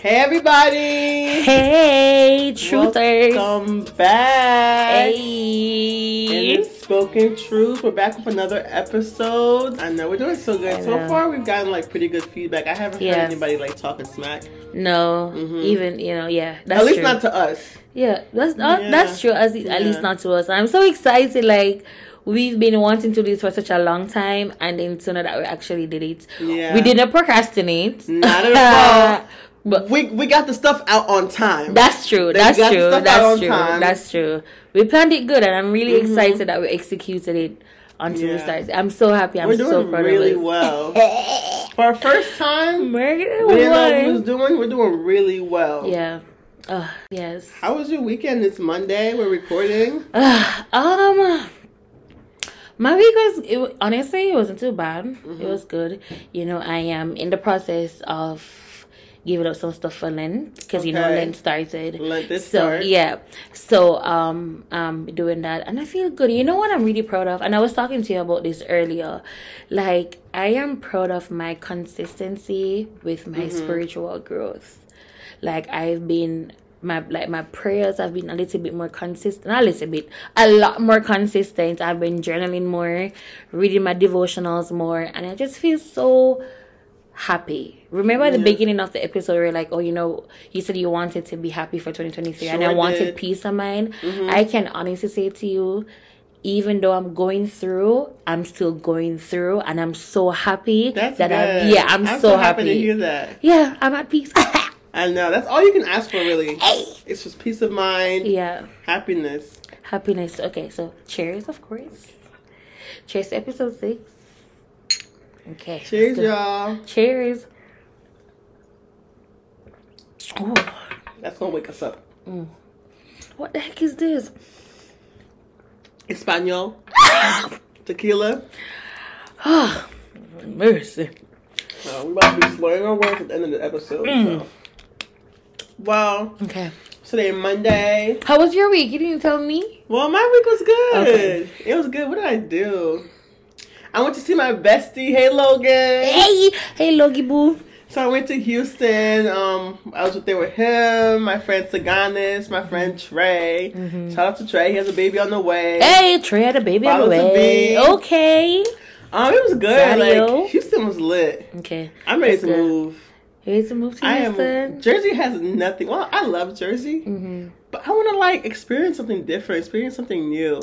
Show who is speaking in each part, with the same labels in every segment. Speaker 1: Hey everybody!
Speaker 2: Hey, truthers.
Speaker 1: Welcome back!
Speaker 2: Hey.
Speaker 1: And it's spoken truth. We're back with another episode. I know we're doing so good.
Speaker 2: I
Speaker 1: So
Speaker 2: know.
Speaker 1: far, we've gotten like pretty good feedback. I haven't
Speaker 2: Yeah.
Speaker 1: heard anybody like talking smack.
Speaker 2: No,
Speaker 1: Mhm.
Speaker 2: even you know, yeah, that's
Speaker 1: At least
Speaker 2: true.
Speaker 1: not to us.
Speaker 2: yeah, that's uh,
Speaker 1: Yeah.
Speaker 2: that's true. As,
Speaker 1: Yeah.
Speaker 2: At least not to us. I'm so excited. Like we've been wanting to do this for such a long time, and then sooner that we actually did it.
Speaker 1: Yeah.
Speaker 2: We didn't procrastinate.
Speaker 1: Not at all.
Speaker 2: but
Speaker 1: We we got the stuff out on time.
Speaker 2: that's true.
Speaker 1: They
Speaker 2: That's
Speaker 1: got
Speaker 2: true.
Speaker 1: stuff out on
Speaker 2: That's true.
Speaker 1: time. Mm-hmm.
Speaker 2: That's true. We planned it good, and I'm really excited that we executed it until we
Speaker 1: Yeah.
Speaker 2: started. I'm so happy. I'm
Speaker 1: We're
Speaker 2: so
Speaker 1: doing
Speaker 2: proud
Speaker 1: really
Speaker 2: of us.
Speaker 1: well for our first time.
Speaker 2: Murder
Speaker 1: We didn't know what we
Speaker 2: one.
Speaker 1: was doing. We're doing really well.
Speaker 2: Yeah. Uh, yes.
Speaker 1: How was your weekend? It's Monday. We're recording.
Speaker 2: Uh, Ugh, um, my week was it, wa- honestly it wasn't too bad. It
Speaker 1: Mm-hmm.
Speaker 2: was good. You know, I am in the process of giving up some stuff for Lent because you know
Speaker 1: Okay.
Speaker 2: Lent started.
Speaker 1: Let this
Speaker 2: so
Speaker 1: start.
Speaker 2: yeah, so um, um, doing that, and I feel good. You know what I'm really proud of, and I was talking to you about this earlier. Like I am proud of my consistency with
Speaker 1: Mm-hmm.
Speaker 2: my spiritual growth. Like I've been my like my prayers have been a little bit more consistent, not a little bit, a lot more consistent. I've been journaling more, reading my devotionals more, and I just feel so happy. Remember at the beginning of the episode, we were like, oh, you know, you said you wanted to be happy for 2023 and
Speaker 1: Sure
Speaker 2: I wanted
Speaker 1: did. Mm-hmm.
Speaker 2: peace of mind. I can honestly say to you, even though I'm going through, I'm still going through and I'm so happy
Speaker 1: That's
Speaker 2: that
Speaker 1: good.
Speaker 2: I'm, yeah, I'm, so, happy.
Speaker 1: to hear that.
Speaker 2: yeah, I'm at peace.
Speaker 1: I know. That's all you can ask for, really. It's just peace of mind,
Speaker 2: yeah,
Speaker 1: happiness.
Speaker 2: happiness. Okay, so cheers, of course. Cheers to episode six. Okay. let's
Speaker 1: Cheers,
Speaker 2: do-
Speaker 1: y'all.
Speaker 2: Cheers. Ooh,
Speaker 1: That's gonna wake us up.
Speaker 2: what the heck is this?
Speaker 1: Espanol, tequila.
Speaker 2: Ah, mercy.
Speaker 1: Uh, we're about to be slurring our words at the end of the episode.
Speaker 2: Mm.
Speaker 1: So. Well,
Speaker 2: Okay.
Speaker 1: today Monday.
Speaker 2: How was your week? You didn't tell me.
Speaker 1: Well, my week was good.
Speaker 2: Okay.
Speaker 1: It was good. What did I do? I went to see my bestie. Hey, Logan.
Speaker 2: Hey, hey, Logie Boo.
Speaker 1: So I went to Houston. Um, I was there with him, my friend Saganis, my friend Trey. Shout out to Trey. He has a baby on the way.
Speaker 2: Mm-hmm. Hey, Trey had a baby on the
Speaker 1: Follow the
Speaker 2: way.
Speaker 1: bee.
Speaker 2: Okay.
Speaker 1: Um, it was good.
Speaker 2: Sadio.
Speaker 1: Like Houston was lit.
Speaker 2: Okay.
Speaker 1: I'm ready
Speaker 2: That's
Speaker 1: to
Speaker 2: good.
Speaker 1: move.
Speaker 2: Here's to move to
Speaker 1: I am.
Speaker 2: Houston.
Speaker 1: Jersey has nothing. Well, I love Jersey,
Speaker 2: hmm
Speaker 1: but I want to like experience something different, experience something new.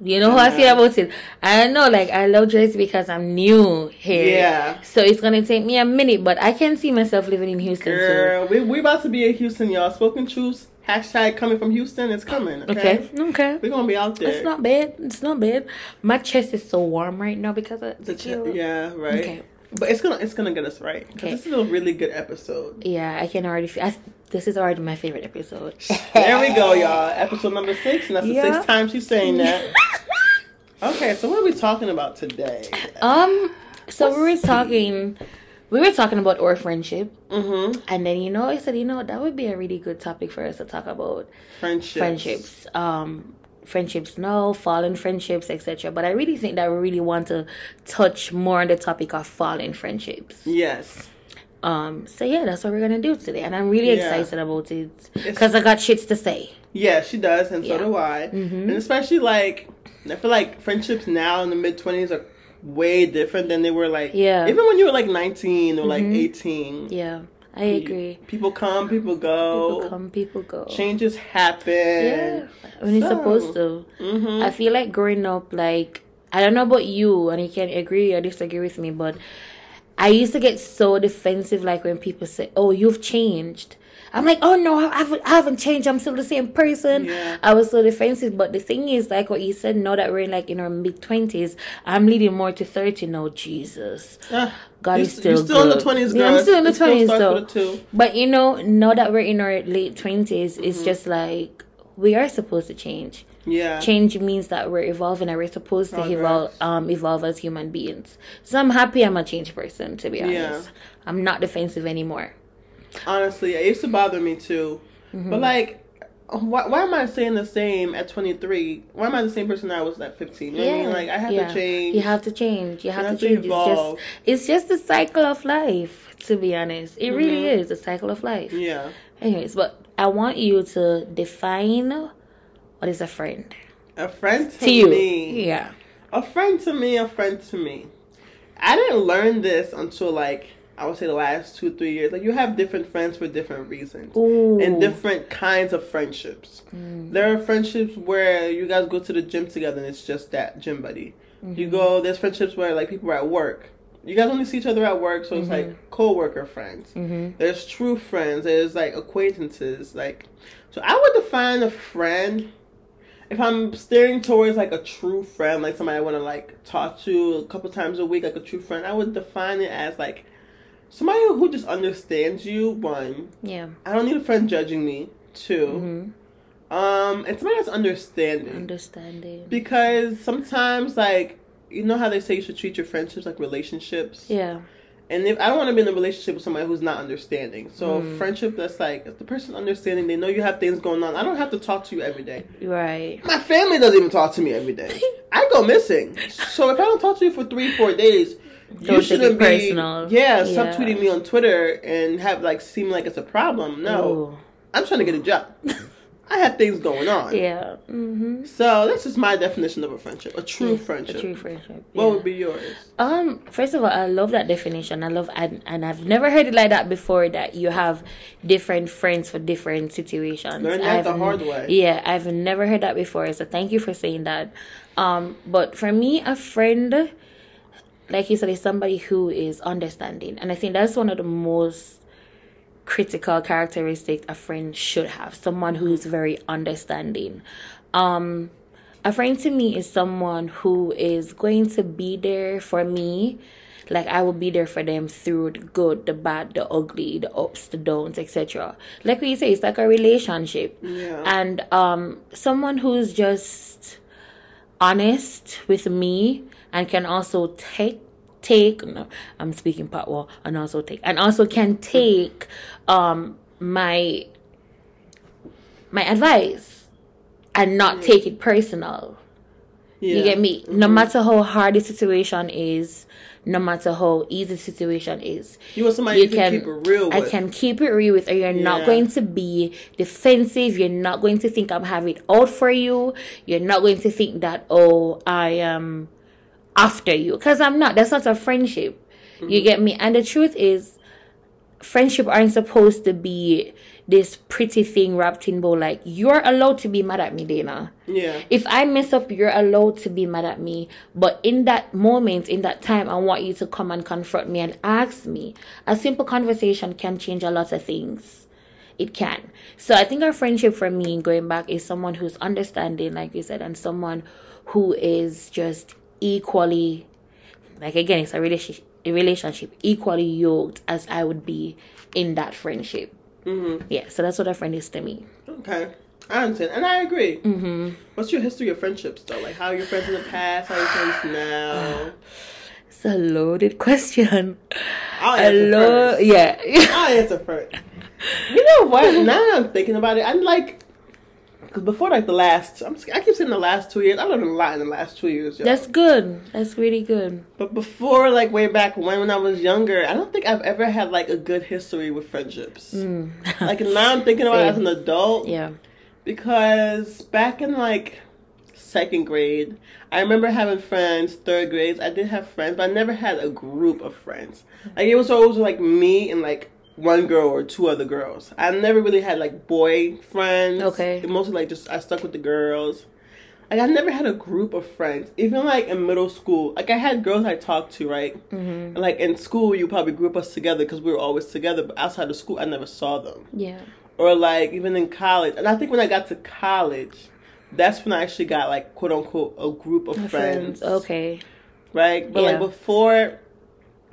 Speaker 2: You know how I feel about it. I know, like I love Jersey because I'm new here.
Speaker 1: Yeah.
Speaker 2: So it's gonna take me a minute, but I can see myself living in Houston
Speaker 1: Girl, we we about to be in Houston, y'all. Spoken truths. Hashtag coming from Houston is coming.
Speaker 2: too.
Speaker 1: Okay.
Speaker 2: Okay. Okay.
Speaker 1: We're gonna be out there.
Speaker 2: It's not bad. It's not bad. My chest is so warm right now because of
Speaker 1: The ch-
Speaker 2: tequila.
Speaker 1: yeah, right.
Speaker 2: Okay.
Speaker 1: But it's gonna it's gonna get us right. 'Cause
Speaker 2: Okay.
Speaker 1: This is a really good episode.
Speaker 2: Yeah, I can already feel. I, this is already my favorite episode.
Speaker 1: There we go, y'all. Episode number six, and that's the
Speaker 2: Yeah.
Speaker 1: sixth time she's saying that. Okay, so what are we talking about today?
Speaker 2: um, so we were
Speaker 1: Let's see.
Speaker 2: talking, we were talking about our friendship,
Speaker 1: Mm-hmm.
Speaker 2: and then you know, I said, you know, that would be a really good topic for us to talk about
Speaker 1: Friendships.
Speaker 2: friendships. Um. Friendships, no, fallen friendships, etc. But I really think that we really want to touch more on the topic of fallen friendships.
Speaker 1: Yes.
Speaker 2: Um, so yeah, that's what we're gonna do today, and I'm really
Speaker 1: Yeah.
Speaker 2: excited about it because I got shits to say.
Speaker 1: Yeah, she does, and so
Speaker 2: Yeah. Mm-hmm.
Speaker 1: do I. And especially like, I feel like friendships now in the mid twenties are way different than they were like.
Speaker 2: Yeah. Mm-hmm.
Speaker 1: Even when you were like nineteen or like eighteen.
Speaker 2: Yeah, I agree.
Speaker 1: People come, people go.
Speaker 2: People come, people go.
Speaker 1: Changes happen.
Speaker 2: Yeah, when it's
Speaker 1: So-
Speaker 2: supposed to.
Speaker 1: Mm-hmm.
Speaker 2: I feel like growing up, like I don't know about you, and you can agree or disagree with me, but I used to get so defensive, like when people say, "Oh, you've changed." I'm like, "Oh no, I haven't, I haven't changed. I'm still the same person."
Speaker 1: Yeah.
Speaker 2: I was so defensive, but the thing is, like what you said, now that we're in like in our mid twenties, I'm leading more to thirty now. Jesus,
Speaker 1: Ah,
Speaker 2: God
Speaker 1: you-
Speaker 2: is still
Speaker 1: You're still in the
Speaker 2: good.
Speaker 1: twenties, girl.
Speaker 2: Yeah, I'm still in the
Speaker 1: It still
Speaker 2: 20s,
Speaker 1: starts
Speaker 2: though.
Speaker 1: with a two.
Speaker 2: But you know, now that we're in our late 20s, it's just like we are supposed to change.
Speaker 1: Mm-hmm. Yeah.
Speaker 2: Change means that we're evolving and we're supposed to evolve,
Speaker 1: Progress.
Speaker 2: um, evolve as human beings. So I'm happy I'm a changed person, to be honest.
Speaker 1: Yeah.
Speaker 2: I'm not defensive anymore. Mm-hmm.
Speaker 1: Honestly, it used to bother me too. But like, why, why am I saying the same at 23? Why am I the same person I was at 15? You know what I mean? Like, I have
Speaker 2: yeah.
Speaker 1: to change.
Speaker 2: You have to change. You have,
Speaker 1: have
Speaker 2: to
Speaker 1: to
Speaker 2: change. It's just,
Speaker 1: evolve.
Speaker 2: it's just the cycle of life, to be honest. It really
Speaker 1: Mm-hmm.
Speaker 2: is the cycle of life.
Speaker 1: yeah.
Speaker 2: Anyways, but I want you to define what is a friend
Speaker 1: A friend to,
Speaker 2: to you.
Speaker 1: me.
Speaker 2: Yeah.
Speaker 1: A friend to me, a friend to me. I didn't learn this until, like, I would say the last two, three years. Like, you have different friends for different reasons.
Speaker 2: Ooh.
Speaker 1: and different kinds of friendships. There are friendships where you guys go to the gym together and it's just that gym buddy. You go there's friendships where like people are at work. You guys only see each other at work, so it's like co-worker friends. There's true friends. There's like acquaintances. Like, so I would define a friend if I'm steering towards like a true friend, like somebody I want to like talk to a couple times a week, like a true friend. I would define it as like somebody who just understands you. One,
Speaker 2: yeah.
Speaker 1: I don't need a friend judging me too.
Speaker 2: Mhm.
Speaker 1: Um, and somebody that's understanding
Speaker 2: Understanding.
Speaker 1: because sometimes like you know how they say you should treat your friendships like relationships.
Speaker 2: yeah.
Speaker 1: And if I don't want to be in a relationship with somebody who's not understanding, so
Speaker 2: Mm-hmm.
Speaker 1: a friendship that's like if the person understanding, they know you have things going on. I don't have to talk to you every day.
Speaker 2: Right.
Speaker 1: My family doesn't even talk to me every day. I go missing. So if I don't talk to you for three, four days,
Speaker 2: Don't
Speaker 1: you
Speaker 2: take it
Speaker 1: shouldn't be
Speaker 2: personal.
Speaker 1: Yeah,
Speaker 2: Yeah.
Speaker 1: subtweeting me on Twitter and have like seem like it's a problem. No.
Speaker 2: Ooh.
Speaker 1: I'm trying to get a job. I have things going on.
Speaker 2: Yeah. Mm-hmm.
Speaker 1: So that's just my definition of a friendship, a true friendship.
Speaker 2: A true friendship.
Speaker 1: What
Speaker 2: yeah.
Speaker 1: would be yours?
Speaker 2: Um, first of all, I love that definition. I love and, and I've never heard it like that before that you have different friends for different situations.
Speaker 1: Learn that
Speaker 2: I've,
Speaker 1: the hard way.
Speaker 2: Yeah, I've never heard that before. So thank you for saying that. Um, but for me, a friend like you said is somebody who is understanding. And I think that's one of the most critical characteristic a friend should have someone who's very understanding um a friend to me is someone who is going to be there for me like i will be there for them through the good the bad the ugly the ups the downs etc like we say it's like a relationship
Speaker 1: Yeah.
Speaker 2: and um someone who's just honest with me and can also take take no, I'm speaking part well and also take and also can take um my my advice and not take it personal.
Speaker 1: Yeah.
Speaker 2: You get me? No matter how hard the situation is, no matter how easy the situation is,
Speaker 1: You want somebody you, can, keep it real
Speaker 2: I
Speaker 1: with.
Speaker 2: can keep it real with her. You're not
Speaker 1: Yeah.
Speaker 2: going to be defensive. You're not going to think I'm having it out for you. You're not going to think that oh I am after you because I'm not. That's not a friendship.
Speaker 1: Mm-hmm.
Speaker 2: You get me? And the truth is, friendship aren't supposed to be this pretty thing wrapped in bow. Like you're allowed to be mad at me, Dana
Speaker 1: Yeah.
Speaker 2: if I mess up, you're allowed to be mad at me. But in that moment, in that time, I want you to come and confront me and ask me. A simple conversation can change a lot of things. It can. So I think our friendship for me, going back, is someone who's understanding, like you said, and someone who is just equally, like again, it's a relationship, a relationship equally yoked as I would be in that friendship. Mm-hmm. Yeah. So that's what a friend is to me.
Speaker 1: Okay. I understand, and I agree. Mm-hmm. What's your history of friendships though? Like, how are your friends in the past? How are your friends now?
Speaker 2: It's a loaded question.
Speaker 1: I'll
Speaker 2: I
Speaker 1: answer
Speaker 2: love,
Speaker 1: first.
Speaker 2: yeah.
Speaker 1: I'll answer first. You know what? Now that I'm thinking about it, I'm like, because before like the last, I'm, I keep saying the last two years. I learned a lot in the last two years. Y'all.
Speaker 2: That's good. That's really good.
Speaker 1: But before, like way back when, when I was younger, I don't think I've ever had like a good history with friendships. Like now, I'm thinking about it as an adult
Speaker 2: Yeah.
Speaker 1: because back in like second grade, I remember having friends. Third grades, I did have friends, but I never had a group of friends. Like it was always like me and like one girl or two other girls. I never really had like boy friends.
Speaker 2: Okay.
Speaker 1: mostly like just I stuck with the girls. Like I never had a group of friends, even like in middle school. Like I had girls I talked to, right? Mm-hmm. Like in school, you probably group us together because we were always together. But outside of school, I never saw them
Speaker 2: Yeah.
Speaker 1: or like even in college. And I think when I got to college, that's when I actually got like quote unquote a group of friends,
Speaker 2: Okay.
Speaker 1: right? But
Speaker 2: Yeah.
Speaker 1: like before,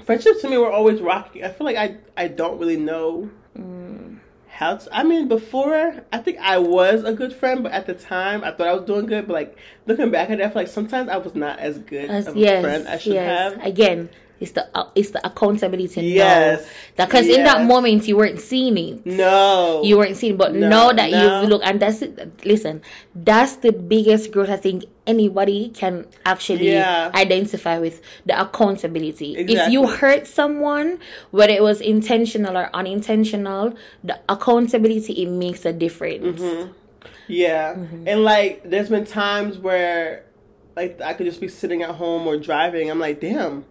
Speaker 1: friendships to me were always rocky. I feel like I I don't really know
Speaker 2: Mm.
Speaker 1: how to. I mean, before I think I was a good friend, but at the time I thought I was doing good. But like looking back at it, I feel like sometimes I was not as good
Speaker 2: As,
Speaker 1: of a
Speaker 2: yes.
Speaker 1: friend I should
Speaker 2: yes.
Speaker 1: have.
Speaker 2: Again, It's the uh, it's the accountability.
Speaker 1: Yes.
Speaker 2: No. That because in that
Speaker 1: Yes.
Speaker 2: moment you weren't seeing it.
Speaker 1: No.
Speaker 2: You weren't seeing, but
Speaker 1: No,
Speaker 2: now that
Speaker 1: no.
Speaker 2: you've looked, and that's it. Listen, that's the biggest growth I think anybody can actually
Speaker 1: Yeah.
Speaker 2: identify with the accountability. If
Speaker 1: Exactly.
Speaker 2: you hurt someone, whether it was intentional or unintentional, the accountability it makes a difference.
Speaker 1: Mm-hmm. Yeah.
Speaker 2: Mm-hmm.
Speaker 1: And like there's been times where like I could just be sitting at home or driving. I'm like, damn.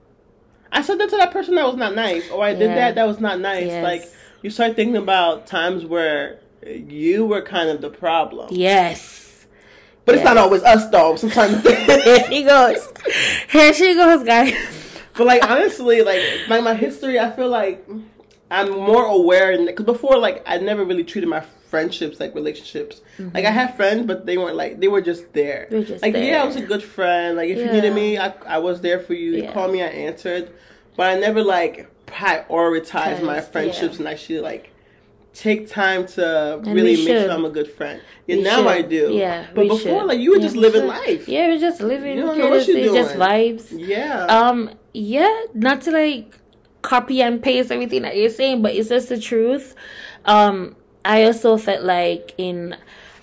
Speaker 1: I said that to that person that was not nice. Or I did
Speaker 2: Yeah.
Speaker 1: that, that was not nice.
Speaker 2: Yes.
Speaker 1: Like you start thinking about times where you were kind of the problem.
Speaker 2: Yes.
Speaker 1: But it's not
Speaker 2: Yes.
Speaker 1: always us though. Sometimes
Speaker 2: Here she goes. Here she goes, guys.
Speaker 1: But like honestly, like my my history, I feel like I'm more aware because before, like I never really treated my friendships like relationships. Like I had friends, but they weren't like they were just there.
Speaker 2: Mm-hmm. They were just
Speaker 1: like yeah, I
Speaker 2: there.
Speaker 1: was a good friend. Like if you
Speaker 2: Yeah.
Speaker 1: needed me, I I was there for you. You
Speaker 2: Yeah.
Speaker 1: called me, I answered. But I never like prioritized my
Speaker 2: Prioritized,
Speaker 1: friendships
Speaker 2: yeah.
Speaker 1: and actually like take time to
Speaker 2: we
Speaker 1: really make
Speaker 2: should.
Speaker 1: sure I'm a good friend. Yeah,
Speaker 2: We
Speaker 1: now
Speaker 2: should.
Speaker 1: I do.
Speaker 2: Yeah,
Speaker 1: but
Speaker 2: we
Speaker 1: before,
Speaker 2: should.
Speaker 1: like you were
Speaker 2: Yeah,
Speaker 1: just
Speaker 2: we
Speaker 1: living
Speaker 2: should.
Speaker 1: life.
Speaker 2: Yeah, we're just living.
Speaker 1: You don't know what you're
Speaker 2: carelessly, Just
Speaker 1: doing.
Speaker 2: vibes.
Speaker 1: Yeah.
Speaker 2: Um, yeah, not to like copy and paste everything that you're saying, but it's just the truth. Um, I also felt like in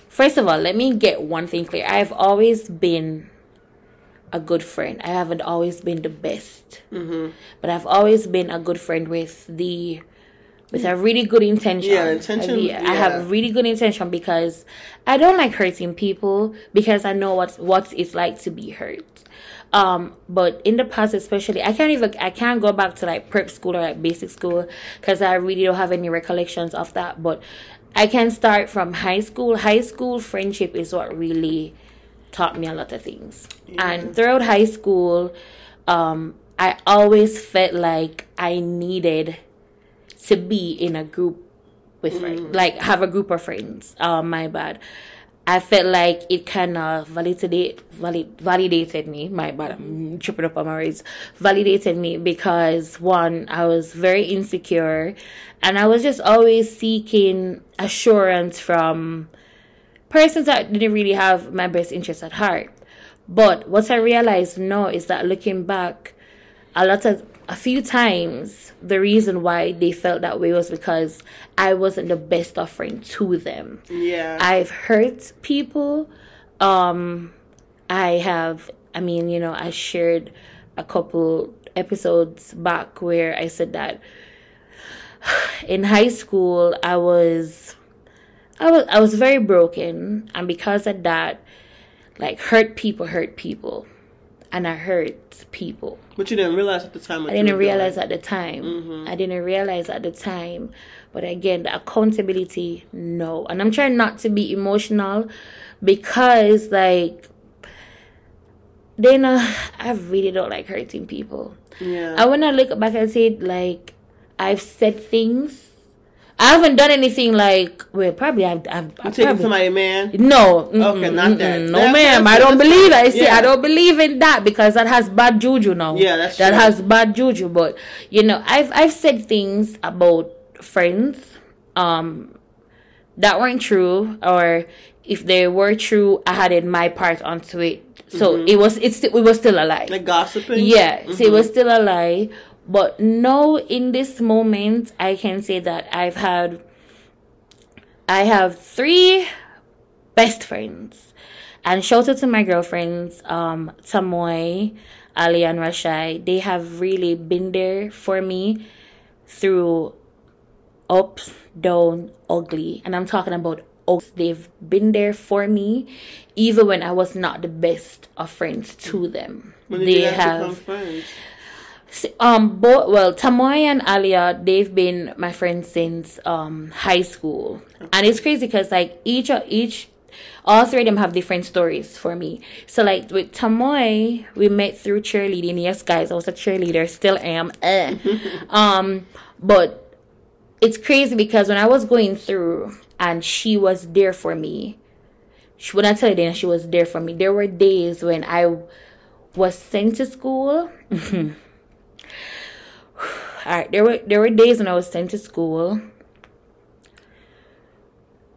Speaker 2: first of all, let me get one thing clear. I've always been a good friend. I haven't always been the best. But I've always been a good friend with the with a really good intention.
Speaker 1: Yeah, intention,
Speaker 2: I, I
Speaker 1: yeah.
Speaker 2: have really good intention because I don't like hurting people because I know what what it's like to be hurt. Um, but in the past, especially, I can't even I can't go back to like prep school or like basic school because I really don't have any recollections of that. But I can start from high school. High school friendship is what really taught me a lot of things. And throughout high school, um, I always felt like I needed to be in a group with friends, like have a group of friends. Uh, my bad. I felt like it kind of validated, valid, validated me. My bad, I'm tripping up on my words. Validated me because one, I was very insecure, and I was just always seeking assurance from persons that didn't really have my best interest at heart. But what I realized now is that looking back, a lot of a few times the reason why they felt that way was because I wasn't the best of friend to them.
Speaker 1: yeah.
Speaker 2: I've hurt people. Um, I have, I mean, you know, I shared a couple episodes back where I said that in high school I was, I was, I was very broken, and because of that, like hurt people, hurt people, and I hurt people.
Speaker 1: but you didn't realize at the time.
Speaker 2: I didn't realize at the time.
Speaker 1: Mm-hmm.
Speaker 2: I didn't realize at the time. But again, the accountability, no. And I'm trying not to be emotional because, like, they know I really don't like hurting people.
Speaker 1: Yeah.
Speaker 2: I want to look back and say, like, I've said things. I haven't done anything like, well, probably I've. I've,
Speaker 1: You
Speaker 2: I've
Speaker 1: taking
Speaker 2: probably-
Speaker 1: somebody, man.
Speaker 2: no. mm-mm,
Speaker 1: Okay, not that.
Speaker 2: mm-mm. No,
Speaker 1: That-
Speaker 2: ma'am.
Speaker 1: that's-
Speaker 2: I don't
Speaker 1: that's-
Speaker 2: believe it. I see.
Speaker 1: yeah.
Speaker 2: I don't believe in that because that has bad juju now.
Speaker 1: Yeah, that's
Speaker 2: that
Speaker 1: true.
Speaker 2: has bad juju. But you know, I've I've said things about friends, um, that weren't true, or if they were true, I added my part onto it. So
Speaker 1: Mm-hmm.
Speaker 2: it was it's sti- it was still a lie.
Speaker 1: Like gossiping.
Speaker 2: Yeah, so it was still a lie. But no, in this moment, I can say that I've had, I have three best friends. And shout out to my girlfriends, um, Tamoy, Ali, and Rashai. They have really been there for me through up, down, ugly. And I'm talking about ugly. They've been there for me even when I was not the best of friends to them.
Speaker 1: When did
Speaker 2: they
Speaker 1: you guys become
Speaker 2: have
Speaker 1: friends?
Speaker 2: um both well Tamoy and Alia they've been my friends since um high school and it's crazy because like each of each all three of them have different stories for me so like with Tamoy we met through cheerleading yes guys I was a cheerleader still am eh. um but it's crazy because when I was going through and she was there for me she when I tell you then she was there for me there were days when I was sent to school all right, there were there were days when I was sent to school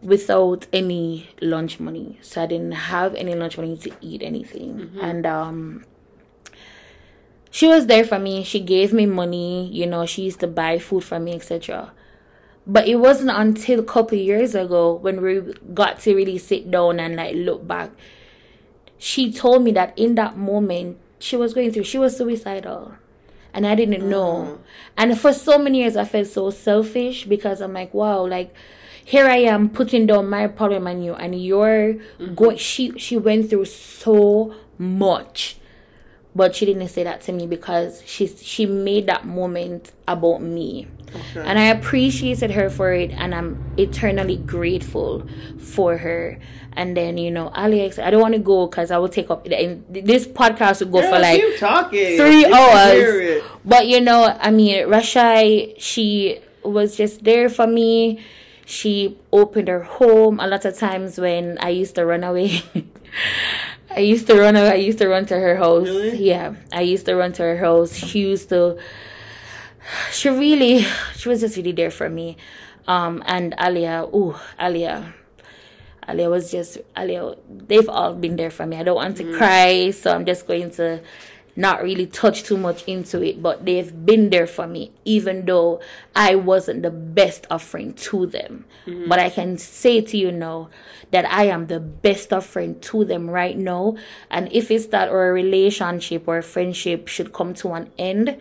Speaker 2: without any lunch money, so I didn't have any lunch money to eat anything, and um, she was there for me. She gave me money. You know, she used to buy food for me, etc. But it wasn't until a couple years ago when we got to really sit down and like look back. She told me that in that moment she was going through, she was suicidal. And I didn't know. And for so many years, I felt so selfish because I'm like, wow, like here I am putting down my problem on you, and you're going. She she went through so much but she didn't say that to me because she she made that moment about me and i appreciated her for it and i'm eternally grateful for her and then you know alex i don't want to go because i will take up and this podcast will go
Speaker 1: Girl,
Speaker 2: for like
Speaker 1: keep talking.
Speaker 2: three
Speaker 1: Let me hear
Speaker 2: hours
Speaker 1: it.
Speaker 2: but you know i mean rashai she was just there for me she opened her home a lot of times when i used to run away I used to run. I used to run to her house.
Speaker 1: Really?
Speaker 2: Yeah, I used to run to her house. She used to. She really, she was just really there for me, um, and Alia. Ooh, Alia. Alia was just Alia. They've all been there for me. I don't want to cry, so I'm just going to not really touch too much into it. But they've been there for me, even though I wasn't the best of friend to them. But I can say to you now that I am the best of friend to them right now. And if it's that or a relationship or a friendship should come to an end.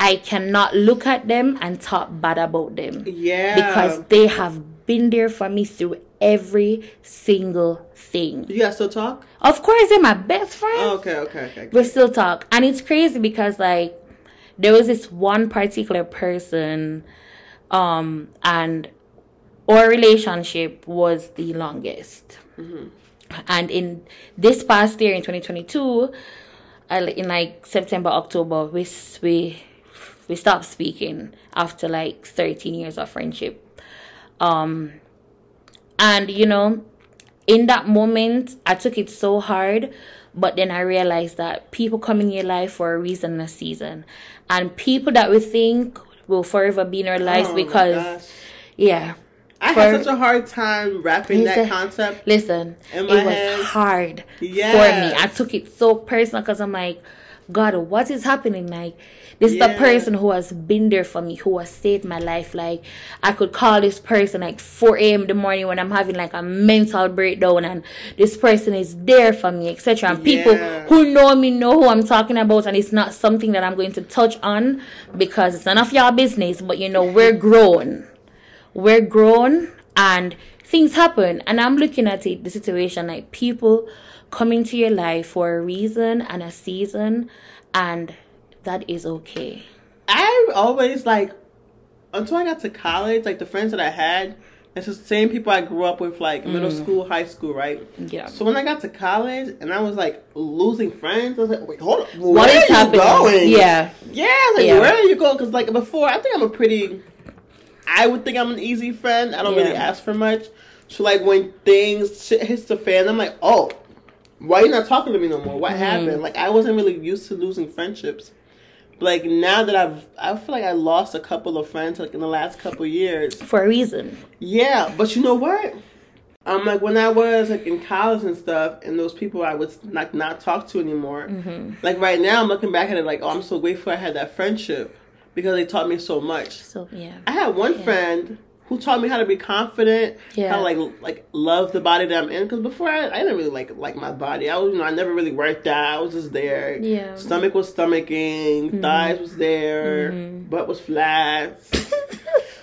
Speaker 2: I cannot look at them and talk bad about them
Speaker 1: Yeah.
Speaker 2: because they have been there for me through every single thing.
Speaker 1: you guys still talk?
Speaker 2: Of course, they're my best friends.
Speaker 1: Oh, okay, okay, okay.
Speaker 2: We still talk, and it's crazy because like there was this one particular person, um, and our relationship was the longest. And in this past year, in 2022, I li- in like September, October, we s- we we stopped speaking after like 13 years of friendship. Um, and you know, in that moment, I took it so hard, but then I realized that people come in your life for a reason and a season, and people that we think will forever be in our lives
Speaker 1: Oh my
Speaker 2: because,
Speaker 1: gosh.
Speaker 2: yeah.
Speaker 1: I had
Speaker 2: for-
Speaker 1: such a hard time wrapping
Speaker 2: It's
Speaker 1: that
Speaker 2: a-
Speaker 1: concept.
Speaker 2: Listen,
Speaker 1: In
Speaker 2: it
Speaker 1: my
Speaker 2: was
Speaker 1: head.
Speaker 2: hard for me.
Speaker 1: Yes.
Speaker 2: I took it so personal because I'm like, God, what is happening? Like, this is
Speaker 1: Yeah.
Speaker 2: the person who has been there for me, who has saved my life. Like, I could call this person like 4 a.m. in the morning when I'm having like a mental breakdown, and this person is there for me, etc. And people
Speaker 1: Yeah.
Speaker 2: who know me know who I'm talking about, and it's not something that I'm going to touch on because it's none of your business. But you know, we're grown we're grown and things happen and i'm looking at it the situation like people come into your life for a reason and a season and that is okay
Speaker 1: I always like until I got to college, like the friends that I had, it's the same people I grew up with, like middle
Speaker 2: Mm.
Speaker 1: school, high school, right?
Speaker 2: yeah
Speaker 1: So when I got to college and I was like losing friends, I was like, wait, hold on, where
Speaker 2: what is
Speaker 1: are you
Speaker 2: happening
Speaker 1: going?
Speaker 2: yeah
Speaker 1: yeah. I was like,
Speaker 2: Yeah.
Speaker 1: where are you going? Because like before, I think I'm a pretty, I would think I'm an easy friend. I don't really
Speaker 2: Yeah.
Speaker 1: ask for much. So like when things shit hits the fan, I'm like, oh, why you not talking to me no more?
Speaker 2: Mm-hmm.
Speaker 1: What happened? Like I wasn't really used to losing friendships. Like now that I've, I feel like I lost a couple of friends like in the last couple years.
Speaker 2: for a reason
Speaker 1: Yeah, but you know what? Um, like when I was like in college and stuff, and those people I would like not talk to anymore.
Speaker 2: Mm-hmm.
Speaker 1: Like right now, I'm looking back at it like, oh, I'm so grateful I had that friendship because they taught me so much.
Speaker 2: so yeah
Speaker 1: I had one friend who taught me how to be confident,
Speaker 2: Yeah.
Speaker 1: how to like like love the body that I'm in. Because before I, I didn't really like like my body. I was you know I never really worked out. I was just there.
Speaker 2: Yeah. Mm-hmm.
Speaker 1: Stomach was stomaching. Thighs was there. Butt was flat.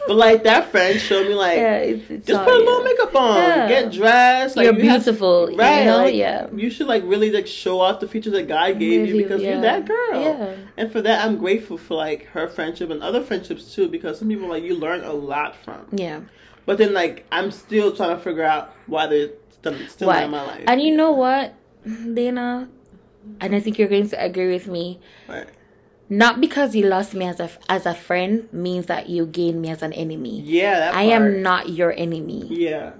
Speaker 1: but like that friend showed me like
Speaker 2: yeah it's, it's
Speaker 1: just
Speaker 2: all,
Speaker 1: put a
Speaker 2: yeah.
Speaker 1: little makeup on,
Speaker 2: Yeah.
Speaker 1: get dressed.
Speaker 2: you're
Speaker 1: you have-
Speaker 2: beautiful
Speaker 1: right?
Speaker 2: you know
Speaker 1: like,
Speaker 2: yeah
Speaker 1: You should like really like show off the features that God gave you
Speaker 2: Maybe,
Speaker 1: because
Speaker 2: yeah.
Speaker 1: you're that girl.
Speaker 2: Yeah.
Speaker 1: And for that, I'm grateful for like her friendship and other friendships too because some people like you learn a lot from.
Speaker 2: yeah
Speaker 1: But then like I'm still trying to figure out why they're st- still
Speaker 2: why
Speaker 1: in my life.
Speaker 2: and you know what dana and i think you're going to agree with me
Speaker 1: Right.
Speaker 2: not because you lost me as a as a friend means that you gain me as an enemy.
Speaker 1: yeah, that
Speaker 2: I
Speaker 1: part.
Speaker 2: am not your enemy.
Speaker 1: Yeah.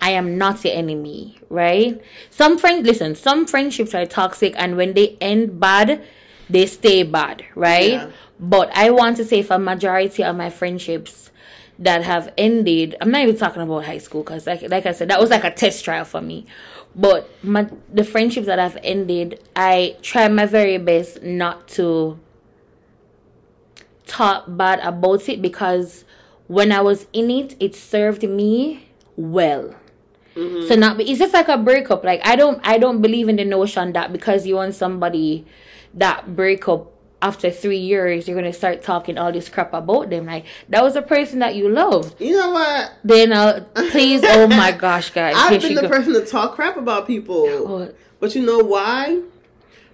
Speaker 2: I am not your enemy, right? Some friends, listen, some friendships are toxic, and when they end bad, they stay bad, right?
Speaker 1: Yeah.
Speaker 2: But I want to say for majority of my friendships that have ended, I'm not even talking about high school because, like, like I said, that was like a test trial for me. But my, the friendships that have ended, I try my very best not to talk bad about it because when I was in it, it served me well. So not it's just like a breakup. Like I don't I don't believe in the notion that because you want somebody that breakup after three years you're gonna start talking all this crap about them. Like that was a person that you loved.
Speaker 1: You know what?
Speaker 2: Then uh please oh my gosh guys. here
Speaker 1: I've
Speaker 2: she
Speaker 1: been the
Speaker 2: go- Oh,
Speaker 1: person to talk crap about people.
Speaker 2: What?
Speaker 1: But you know why?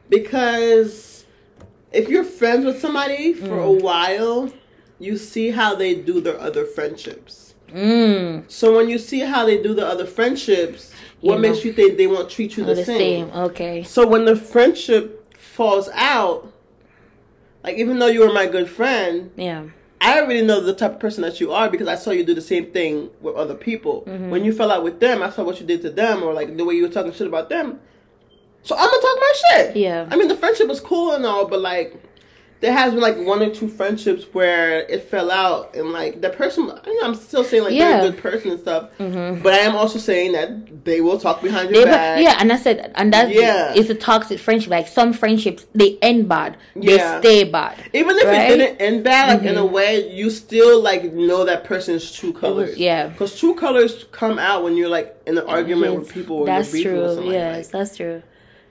Speaker 1: Because if you're friends with somebody for a while, you see how they do their other friendships.
Speaker 2: Mm,
Speaker 1: So when you see how they do the other friendships, what
Speaker 2: You
Speaker 1: makes
Speaker 2: know.
Speaker 1: you think they won't treat you
Speaker 2: the,
Speaker 1: the,
Speaker 2: same.
Speaker 1: same?
Speaker 2: Okay.
Speaker 1: So when the friendship falls out, like even though you were my good friend,
Speaker 2: Yeah.
Speaker 1: I already know the type of person that you are because I saw you do the same thing with other people.
Speaker 2: Mm-hmm.
Speaker 1: When you fell out with them, I saw what you did to them or like the way you were talking shit about them. So I'm gonna talk my shit.
Speaker 2: Yeah.
Speaker 1: I mean the friendship was cool and all, but like there has been like one or two friendships where it fell out and like that person I mean, I'm still saying like
Speaker 2: Yeah. Mm-hmm.
Speaker 1: they're a good person and stuff. But I am also saying that they will talk behind your
Speaker 2: They,
Speaker 1: back.
Speaker 2: but, yeah, and I said, and that is
Speaker 1: Yeah.
Speaker 2: a toxic friendship. Like some friendships, they end bad, they
Speaker 1: Yeah.
Speaker 2: stay bad.
Speaker 1: Even if
Speaker 2: Right? Mm-hmm.
Speaker 1: it didn't end bad, like in a way, you still like know that person's true colors.
Speaker 2: yeah.
Speaker 1: because true colors come out when you're like in an argument
Speaker 2: Yes,
Speaker 1: with people. Or
Speaker 2: That's
Speaker 1: you're beefing with
Speaker 2: true.
Speaker 1: somebody,
Speaker 2: Yes,
Speaker 1: like,
Speaker 2: that's true.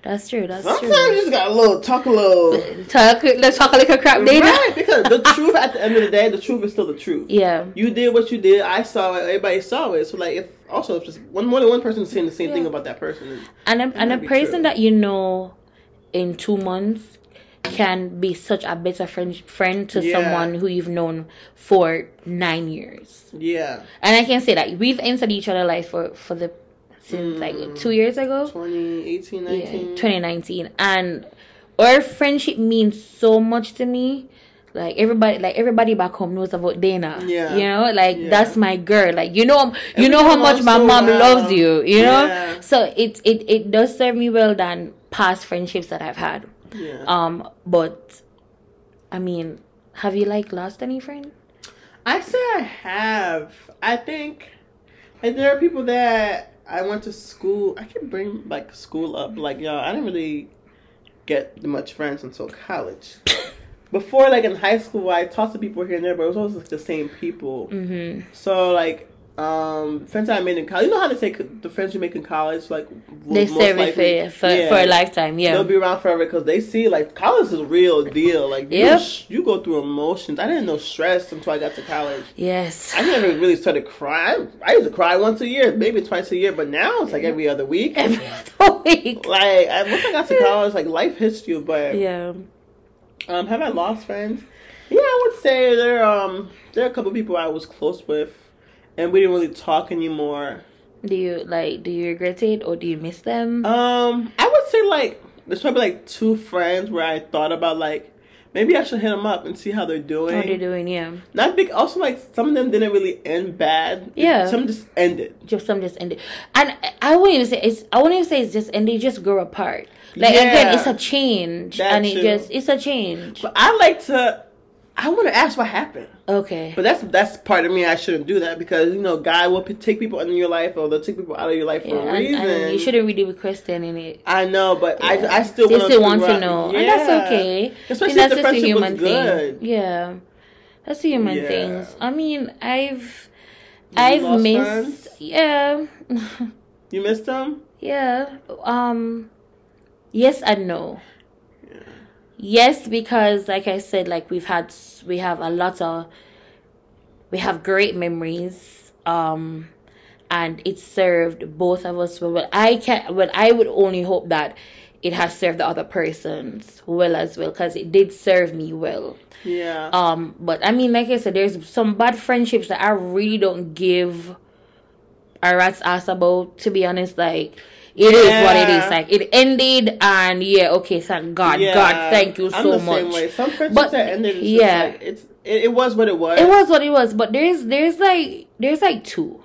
Speaker 2: That's true. That's
Speaker 1: sometimes you just got a little talk a little.
Speaker 2: true. Talk, let's talk like a crap day. now.
Speaker 1: Right, because the truth at the end of the day, the truth is still the truth.
Speaker 2: Yeah.
Speaker 1: You did what you did. I saw it. Everybody saw it. So like, if also if just one more than one person saying the same thing
Speaker 2: Yeah.
Speaker 1: about that person,
Speaker 2: And a, and a
Speaker 1: might be
Speaker 2: person
Speaker 1: true.
Speaker 2: that you know in two months can be such a better friend friend to
Speaker 1: Yeah.
Speaker 2: someone who you've known for nine years.
Speaker 1: yeah,
Speaker 2: And I can say that we've entered each other life for for the since
Speaker 1: Hmm.
Speaker 2: like two years ago.
Speaker 1: 20, 18,
Speaker 2: Yeah,
Speaker 1: 19.
Speaker 2: 2019 and our friendship means so much to me like everybody like everybody back home knows about dana
Speaker 1: Yeah.
Speaker 2: you know like
Speaker 1: Yeah.
Speaker 2: that's my girl like you know you know how
Speaker 1: Everyone
Speaker 2: much
Speaker 1: loves
Speaker 2: my
Speaker 1: so
Speaker 2: mom
Speaker 1: well.
Speaker 2: loves you you know
Speaker 1: Yeah.
Speaker 2: so it, it it does serve me well than past friendships that i've had
Speaker 1: Yeah.
Speaker 2: um but i mean have you like lost any friend
Speaker 1: I say I have. I think like there are people that I went to school. I can bring like school up. Like y'all, I didn't really get much friends until college. Before, like in high school, I talked to people here and there, but it was always like, the same people.
Speaker 2: mm-hmm.
Speaker 1: So like. Um, friends that I made in college, you know how they say c- the friends you make in college, like will
Speaker 2: they
Speaker 1: most
Speaker 2: serve
Speaker 1: likely-
Speaker 2: it for, for,
Speaker 1: Yeah.
Speaker 2: for a lifetime yeah
Speaker 1: They'll be around forever because they see like college is a real deal. Like you,
Speaker 2: Yep.
Speaker 1: sh- you go through emotions. I didn't know stress until I got to college.
Speaker 2: yes
Speaker 1: I never really started crying. I used to cry once a year, maybe twice a year, but now it's like every other week.
Speaker 2: every other week
Speaker 1: Like I, once I got to college, like life hits you. But
Speaker 2: yeah
Speaker 1: um, have I lost friends? Yeah, I would say there um there are a couple people I was close with, and we didn't really talk anymore.
Speaker 2: Do you like do you regret it or do you miss them?
Speaker 1: Um, I would say like there's probably like two friends where I thought about like maybe I should hit them up and see how they're doing.
Speaker 2: How are you doing? Yeah,
Speaker 1: Not big. Also, like some of them didn't really end bad.
Speaker 2: Yeah.
Speaker 1: some just ended.
Speaker 2: just some just ended, and I- I wouldn't even say it's. I wouldn't even say it's just ended. You just grow apart. Like again,
Speaker 1: Yeah.
Speaker 2: it's a change,
Speaker 1: That
Speaker 2: and it
Speaker 1: too.
Speaker 2: just it's a change.
Speaker 1: But I like to. I want to ask what happened.
Speaker 2: Okay,
Speaker 1: But that's that's part of me. I shouldn't do that because you know, God will p- take people in your life, or they'll take people out of your life
Speaker 2: yeah,
Speaker 1: for a
Speaker 2: and,
Speaker 1: reason.
Speaker 2: and you shouldn't really be questioning it.
Speaker 1: I know, but I I still
Speaker 2: they
Speaker 1: wanna
Speaker 2: still want to
Speaker 1: figure out-
Speaker 2: know, and that's okay.
Speaker 1: Especially
Speaker 2: And
Speaker 1: if
Speaker 2: that's
Speaker 1: the
Speaker 2: just a
Speaker 1: friendship
Speaker 2: human
Speaker 1: was
Speaker 2: thing.
Speaker 1: good.
Speaker 2: Yeah, that's the human
Speaker 1: Yeah.
Speaker 2: things. I mean, I've
Speaker 1: You
Speaker 2: I've
Speaker 1: lost
Speaker 2: missed.
Speaker 1: friends?
Speaker 2: Yeah.
Speaker 1: You missed them.
Speaker 2: Yeah. Um yes and no. Yes because like I said like we've had s- we have a lot of we have great memories um and it served both of us well. But I can well I would only hope that it has served the other persons well as well cuz it did serve me well.
Speaker 1: Yeah.
Speaker 2: Um, but I mean, like I said, there's some bad friendships that I really don't give a rat's ass about. To be honest, like it is what it is.
Speaker 1: Yeah.
Speaker 2: Like it ended, and yeah, okay, thank God,
Speaker 1: Yeah.
Speaker 2: God, thank you
Speaker 1: I'm
Speaker 2: so
Speaker 1: the
Speaker 2: much.
Speaker 1: Same way. Some friendships
Speaker 2: But-
Speaker 1: that ended. It's
Speaker 2: yeah.
Speaker 1: yeah, like, it's it, it was what it was.
Speaker 2: It was what it was, but there's there's like there's like 2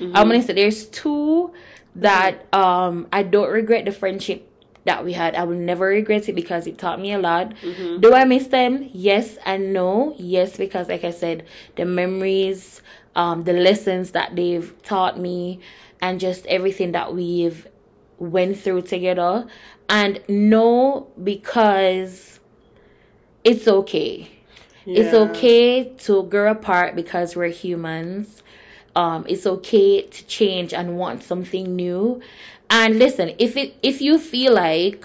Speaker 2: i I'm gonna say there's two that um I don't regret the friendship that we had. I will never regret it because it taught me a lot. Do I miss them? Yes and no. Yes, because like I said, the memories, um, the lessons that they've taught me, and just everything that we've went through together. And no, because it's okay It's
Speaker 1: Yeah.
Speaker 2: okay to grow apart because we're humans. Um, it's okay to change and want something new. And listen, if it if you feel like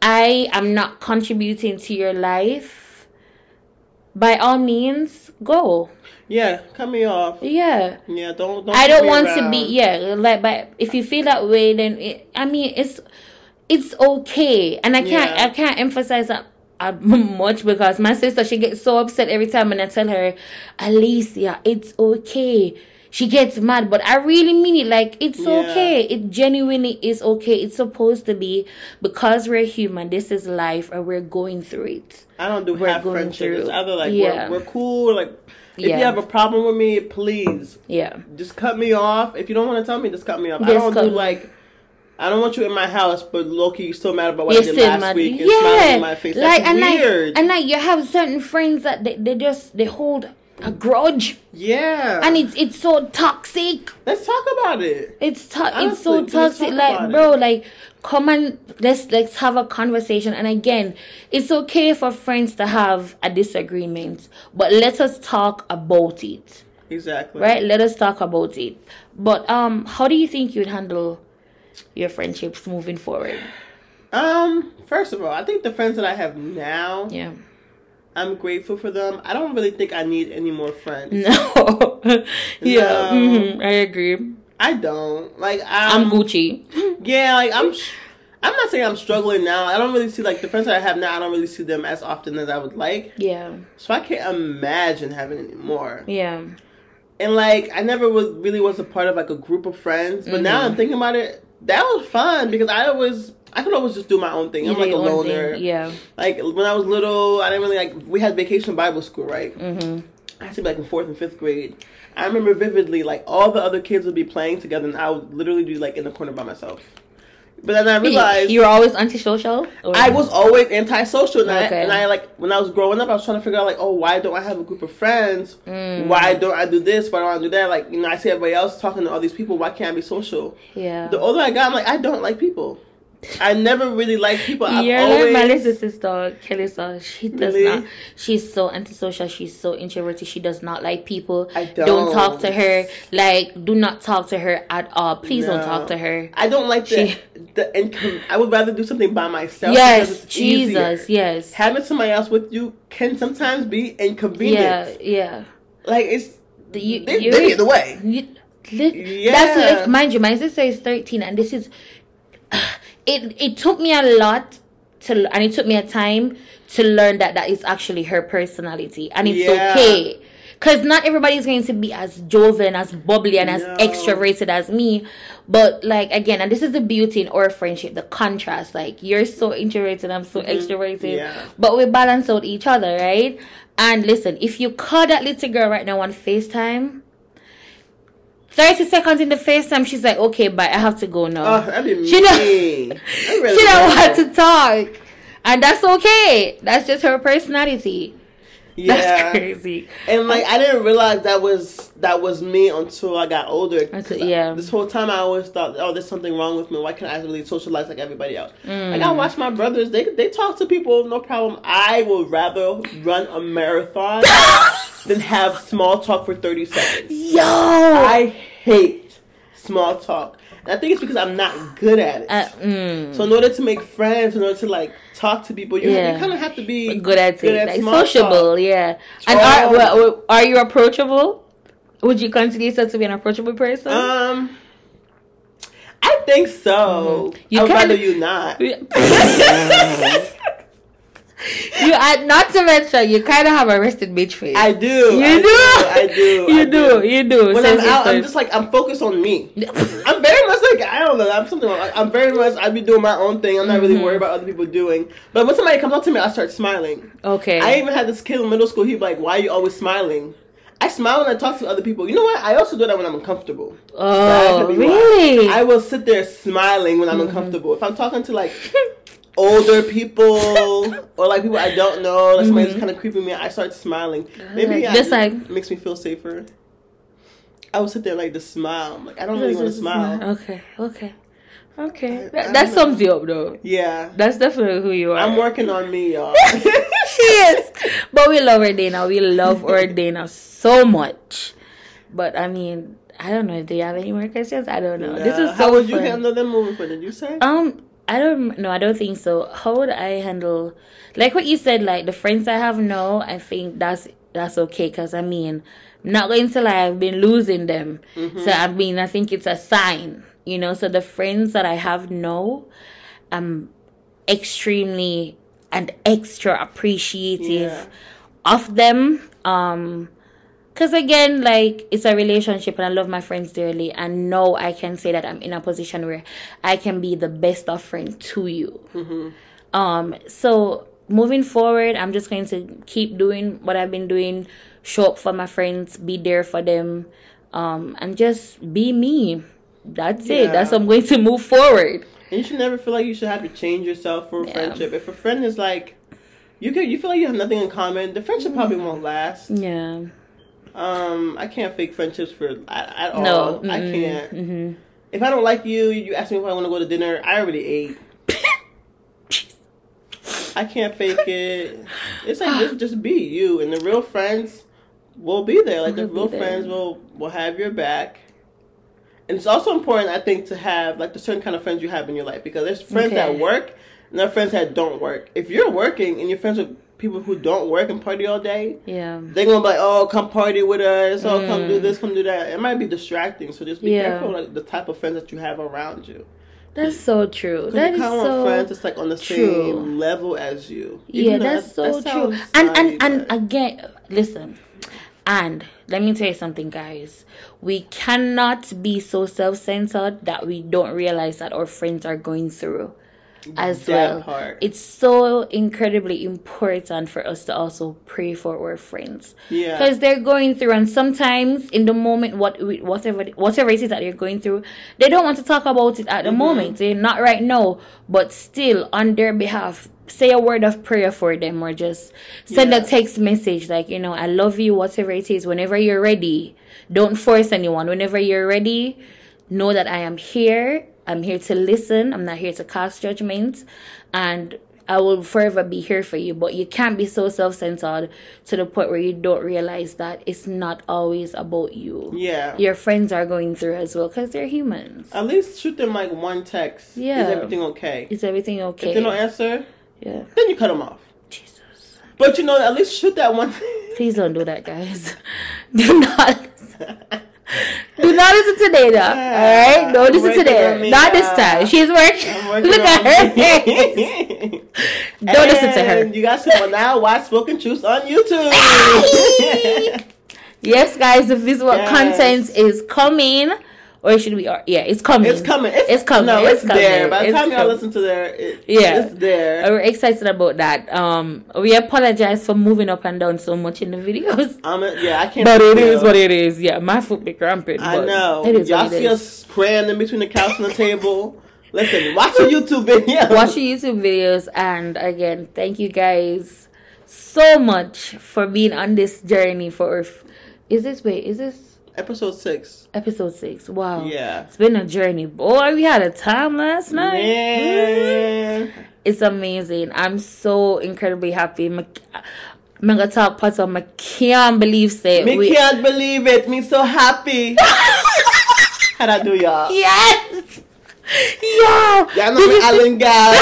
Speaker 2: I am not contributing to your life, by all means, go.
Speaker 1: Yeah, cut me off.
Speaker 2: Yeah.
Speaker 1: Yeah, don't. don't
Speaker 2: I
Speaker 1: keep
Speaker 2: don't
Speaker 1: me
Speaker 2: want to
Speaker 1: around.
Speaker 2: be yeah like but if you feel that way then it, I mean it's it's okay and I can't
Speaker 1: Yeah.
Speaker 2: I can't emphasize that uh, much because my sister she gets so upset every time when I tell her Alicia it's okay she gets mad but I really mean it like it's
Speaker 1: Yeah.
Speaker 2: okay it genuinely is okay it's supposed to be because we're human this is life and we're going through it
Speaker 1: I don't do
Speaker 2: we're
Speaker 1: half
Speaker 2: going
Speaker 1: friendships. It's
Speaker 2: through.
Speaker 1: either like
Speaker 2: Yeah.
Speaker 1: we're, we're cool. Like if
Speaker 2: Yeah.
Speaker 1: you have a problem with me, please
Speaker 2: yeah
Speaker 1: just cut me off. If you don't want to tell me, just cut me off. I
Speaker 2: Just
Speaker 1: don't
Speaker 2: cut
Speaker 1: do
Speaker 2: me.
Speaker 1: like. I don't want you in my house, but Loki, you still mad about what
Speaker 2: You're
Speaker 1: I did
Speaker 2: still
Speaker 1: last
Speaker 2: mad.
Speaker 1: week and smiling
Speaker 2: yeah.
Speaker 1: in my face.
Speaker 2: Like,
Speaker 1: That's
Speaker 2: and
Speaker 1: weird.
Speaker 2: Like, and like you have certain friends that they, they just they hold a grudge,
Speaker 1: yeah,
Speaker 2: and it's it's so toxic.
Speaker 1: let's talk about it.
Speaker 2: It's to- it's
Speaker 1: Honestly,
Speaker 2: so
Speaker 1: let's talk
Speaker 2: toxic. Like,
Speaker 1: about
Speaker 2: bro,
Speaker 1: it.
Speaker 2: like come and let's let's have a conversation. And again, it's okay for friends to have a disagreement, but let us talk about it,
Speaker 1: Exactly.
Speaker 2: right? Let us talk about it. But um, how do you think you'd handle your friendships moving forward?
Speaker 1: Um. First of all, I think the friends that I have now,
Speaker 2: Yeah.
Speaker 1: I'm grateful for them. I don't really think I need any more friends.
Speaker 2: No. yeah,
Speaker 1: No. Um,
Speaker 2: mhm, I agree.
Speaker 1: I don't. Like I'm,
Speaker 2: I'm Gucci.
Speaker 1: Yeah, like I'm. I'm not saying I'm struggling now. I don't really see like the friends that I have now. I don't really see them as often as I would like.
Speaker 2: Yeah,
Speaker 1: So I can't imagine having any more.
Speaker 2: yeah,
Speaker 1: And like I never was really was a part of like a group of friends. But now
Speaker 2: Mm-hmm.
Speaker 1: I'm thinking about it. That was fun because I always I could always just do my own thing.
Speaker 2: You
Speaker 1: I'm
Speaker 2: do
Speaker 1: like a
Speaker 2: your own thing.
Speaker 1: loner.
Speaker 2: Yeah,
Speaker 1: Like when I was little, I didn't really like. We had vacation Bible school, right?
Speaker 2: mm-hmm.
Speaker 1: I had to be like in fourth and fifth grade. I remember vividly, like all the other kids would be playing together, and I would literally be like in the corner by myself. But then I realized
Speaker 2: you're always antisocial. Or-
Speaker 1: I was always antisocial, and, I,
Speaker 2: Okay.
Speaker 1: and I like when I was growing up, I was trying to figure out like, oh, why don't I have a group of friends?
Speaker 2: Mm.
Speaker 1: Why don't I do this? Why don't I do that? Like you know, I see everybody else talking to all these people. Why can't I be social?
Speaker 2: yeah.
Speaker 1: The older I got, I'm like, I don't like people. I never really liked people. I've
Speaker 2: You're
Speaker 1: always,
Speaker 2: like my little sister, Kelissa. She does
Speaker 1: Really?
Speaker 2: not. She's so antisocial. She's so introverted. She does not like people.
Speaker 1: I
Speaker 2: don't talk
Speaker 1: don't.
Speaker 2: to her. Like, do not talk to her at all. Please don't
Speaker 1: No.
Speaker 2: talk to her.
Speaker 1: I don't like the,
Speaker 2: She-
Speaker 1: the income. I would rather do something by myself. because
Speaker 2: yes,
Speaker 1: it's easier.
Speaker 2: Jesus. Yes.
Speaker 1: having somebody else with you can sometimes be
Speaker 2: Yeah,
Speaker 1: inconvenient.
Speaker 2: yeah.
Speaker 1: Like it's
Speaker 2: The- you-
Speaker 1: they,
Speaker 2: you-
Speaker 1: they get in the way.
Speaker 2: You, li- That's
Speaker 1: Yeah.
Speaker 2: like, mind you, my sister is thirteen, and this is. It it took me a lot to, and it took me a time to learn that that is actually her personality, and it's
Speaker 1: Yeah.
Speaker 2: okay. Cause not everybody is going to be as jovial and as bubbly and as
Speaker 1: No.
Speaker 2: extroverted as me, but like again, and this is the beauty in our friendship, the contrast. Like you're so introverted, I'm so extroverted,
Speaker 1: Mm-hmm. Yeah.
Speaker 2: but we balance out each other, right? And listen, if you call that little girl right now on Facetime, 30 seconds in the first time, she's like, okay, bye, I have to go now.
Speaker 1: Oh, that'd be
Speaker 2: She don't-
Speaker 1: mean. I really
Speaker 2: she don't
Speaker 1: don't.
Speaker 2: want to talk. And that's okay. That's just her personality.
Speaker 1: Yeah.
Speaker 2: That's crazy.
Speaker 1: And like I didn't realize that was that was me until I got older.
Speaker 2: Until-
Speaker 1: 'Cause I-
Speaker 2: yeah.
Speaker 1: this whole time I always thought, oh, there's something wrong with me. Why can't I really socialize like everybody else? Like
Speaker 2: Mm.
Speaker 1: I watch my brothers. They they talk to people, no problem. I would rather run a marathon than have small talk for thirty seconds.
Speaker 2: Yo!
Speaker 1: I hate small talk. And I think it's because I'm not good at it.
Speaker 2: Uh, mm,
Speaker 1: so in order to make friends, in order to like talk to people, you,
Speaker 2: Yeah.
Speaker 1: you kind of have to be
Speaker 2: good at
Speaker 1: good
Speaker 2: it.
Speaker 1: at
Speaker 2: Like,
Speaker 1: small
Speaker 2: sociable, yeah. And are, well, well, are you approachable? Would you consider yourself to be an approachable person?
Speaker 1: Um, I think so.
Speaker 2: You
Speaker 1: I would
Speaker 2: kinda-
Speaker 1: rather you not.
Speaker 2: you are not to mention you kind of have a rested bitch face.
Speaker 1: I do. You I do. I
Speaker 2: you do. You do.
Speaker 1: When I'm
Speaker 2: Says
Speaker 1: out, I'm
Speaker 2: sister.
Speaker 1: just like I'm focused on me. I'm very much like I don't know. I'm something. Like, I'm very much. I be doing my own thing. I'm not
Speaker 2: Mm-hmm.
Speaker 1: really worried about other people doing. But when somebody comes up to me, I start smiling.
Speaker 2: okay.
Speaker 1: I even had this kid in middle school. He'd be like, "Why are you always smiling?" I smile when I talk to other people. You know what? I also do that when I'm uncomfortable. That
Speaker 2: oh,
Speaker 1: could be why.
Speaker 2: really? Mm-hmm.
Speaker 1: I will sit there smiling when I'm uncomfortable. If I'm talking to like older people or like people I don't know, like somebody's kind of creeping me, out, I start smiling. Maybe I,
Speaker 2: Mm-hmm. Just like-
Speaker 1: it makes me feel safer. I will sit there like just smile. I'm Like I don't really want to smile.
Speaker 2: Okay. Okay. Okay.
Speaker 1: I- I
Speaker 2: That,
Speaker 1: don't
Speaker 2: that
Speaker 1: know.
Speaker 2: sums you up, though.
Speaker 1: Yeah,
Speaker 2: That's definitely who you are.
Speaker 1: I'm working on me, y'all.
Speaker 2: she is. But we love her Dana. We love her Dana so much. But I mean, I don't know if they have any more questions. I don't know. This
Speaker 1: Yeah.
Speaker 2: is so
Speaker 1: How would you
Speaker 2: fun.
Speaker 1: handle them moving forward? Did you say?
Speaker 2: Um, I don't no, I don't think so. How would I handle like what you said? Like the friends I have now, I think that's that's okay. Cause I mean, I'm not going to lie, I've been losing them. So I mean, I think it's a sign, you know. So the friends that I have now, I'm extremely and extra appreciative
Speaker 1: Yeah.
Speaker 2: of them. Um, because again, like it's a relationship, and I love my friends dearly. And now I can say that I'm in a position where I can be the best of friend to you.
Speaker 1: Mm-hmm.
Speaker 2: Um, so moving forward, I'm just going to keep doing what I've been doing, show up for my friends, be there for them, um, and just be me. That's it.
Speaker 1: Yeah.
Speaker 2: That's how I'm going to move forward.
Speaker 1: And you should never feel like you should have to change yourself for a
Speaker 2: Yeah.
Speaker 1: friendship. If a friend is like, you could, you feel like you have nothing in common, the friendship probably
Speaker 2: Mm-hmm.
Speaker 1: won't last.
Speaker 2: Yeah.
Speaker 1: Um, I can't fake friendships for at, at all.
Speaker 2: No.
Speaker 1: Oh, I
Speaker 2: mm-mm,
Speaker 1: can't.
Speaker 2: mhm.
Speaker 1: If I don't like you, you ask me if I want to go to dinner. I already ate. I can't fake it. It's like just, just be you, and the real friends will be there. Like the
Speaker 2: Will be there.
Speaker 1: real friends will will have your back. And it's also important, I think, to have like the certain kind of friends you have in your life because there's friends that
Speaker 2: Okay.
Speaker 1: work and there are friends that don't work. If you're working and you're friends with people who don't work and party all day,
Speaker 2: Yeah.
Speaker 1: they're gonna be like, oh, come party with us, oh, come do this, come do that. It might be distracting, so just be
Speaker 2: Mm. Yeah.
Speaker 1: careful like the type of friends that you have around you.
Speaker 2: That's so true. That
Speaker 1: you
Speaker 2: is
Speaker 1: kinda want
Speaker 2: so
Speaker 1: friends that's like on the
Speaker 2: true.
Speaker 1: same level as you.
Speaker 2: Yeah,
Speaker 1: Even though
Speaker 2: that's
Speaker 1: that-
Speaker 2: so
Speaker 1: that
Speaker 2: true.
Speaker 1: sounds
Speaker 2: And
Speaker 1: snotty,
Speaker 2: and and
Speaker 1: but-
Speaker 2: again, listen. And let me tell you something, guys. We cannot be so self-centered that we don't realize that our friends are going through as
Speaker 1: That
Speaker 2: well.
Speaker 1: part.
Speaker 2: It's so incredibly important for us to also pray for our friends
Speaker 1: yeah,
Speaker 2: because they're going through and sometimes in the moment what whatever whatever it is that they're going through they don't want to talk about it at
Speaker 1: Mm-hmm.
Speaker 2: the moment they not right now but still on their behalf say a word of prayer for them or just send
Speaker 1: Yeah.
Speaker 2: a text message like you know i love you whatever it is whenever you're ready don't force anyone whenever you're ready know that i am here i'm here to listen i'm not here to cast judgment and I will forever be here for you, but you can't be so self centered to the point where you don't realize that it's not always about you.
Speaker 1: yeah.
Speaker 2: Your friends are going through as well because they're humans.
Speaker 1: At least shoot them like one text.
Speaker 2: Yeah.
Speaker 1: is everything okay?
Speaker 2: Is everything okay?
Speaker 1: If they don't answer,
Speaker 2: yeah.
Speaker 1: then you cut them off.
Speaker 2: Jesus.
Speaker 1: But you know, at least shoot that one.
Speaker 2: Please don't do that, guys. do not. Do not listen to Dana. all right? Don't
Speaker 1: I'm
Speaker 2: listen to
Speaker 1: working on
Speaker 2: Dana.
Speaker 1: me,
Speaker 2: Not this
Speaker 1: uh,
Speaker 2: time. She's working.
Speaker 1: I'm working
Speaker 2: Look
Speaker 1: on
Speaker 2: at her face.
Speaker 1: it.
Speaker 2: Don't listen to her.
Speaker 1: And You guys can now watch Spoken Truth on
Speaker 2: Ay!
Speaker 1: YouTube.
Speaker 2: Yes, guys, the visual
Speaker 1: Yes.
Speaker 2: content is coming. Or should we? Or, yeah, it's coming.
Speaker 1: it's coming. It's,
Speaker 2: It's coming.
Speaker 1: No,
Speaker 2: It's
Speaker 1: it's, there.
Speaker 2: coming.
Speaker 1: By the
Speaker 2: It's
Speaker 1: time y'all
Speaker 2: coming.
Speaker 1: listen to there, it,
Speaker 2: Yeah. Uh,
Speaker 1: it's there.
Speaker 2: And We're excited about that. Um, we apologize for moving up and down so much in the videos,
Speaker 1: I'm a, yeah, I can't.
Speaker 2: but it is
Speaker 1: tell.
Speaker 2: what it is. Yeah, my foot be cramping.
Speaker 1: I
Speaker 2: but
Speaker 1: know.
Speaker 2: It is
Speaker 1: y'all
Speaker 2: what it
Speaker 1: see
Speaker 2: is.
Speaker 1: us praying in between the couch and the table. Listen, watch a YouTube video.
Speaker 2: Watch your YouTube videos, and again, thank you guys so much for being on this journey. For is this wait? Is this
Speaker 1: episode six.
Speaker 2: episode six? Wow.
Speaker 1: Yeah.
Speaker 2: It's been a journey, boy. We had a time last night.
Speaker 1: Man.
Speaker 2: It's amazing. I'm so incredibly happy. I'm gonna talk parts of my can't believe say
Speaker 1: Me
Speaker 2: we-
Speaker 1: can't believe it. Me so happy. How'd I do, y'all?
Speaker 2: Yes! Yeah!
Speaker 1: Y'all know
Speaker 2: Did
Speaker 1: me
Speaker 2: you, see,
Speaker 1: Allen guy.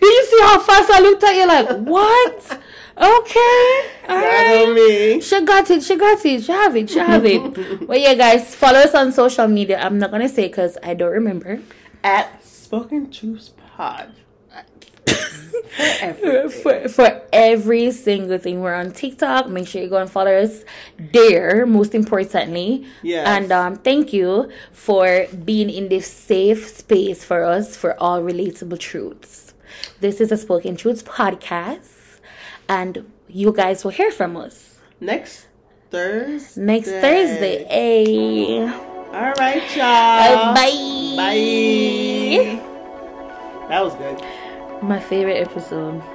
Speaker 2: did you see how fast I looked at you? Like, what? Okay.
Speaker 1: Y'all know
Speaker 2: Alright.
Speaker 1: me.
Speaker 2: She got it, she got it, she have it, she have it. well, yeah, guys, follow us on social media. I'm not gonna say because I don't remember.
Speaker 1: At Spoken Truth Pod. everything.
Speaker 2: for, for every single thing. We're on TikTok. Make sure you go and follow us there, most importantly.
Speaker 1: Yes.
Speaker 2: And um, thank you for being in this safe space for us for all relatable truths. This is a Spoken Truths podcast, and you guys will hear from us
Speaker 1: Next Thursday.
Speaker 2: next Thursday. Hey.
Speaker 1: All right, y'all.
Speaker 2: bye.
Speaker 1: Bye. That was good.
Speaker 2: My favorite episode.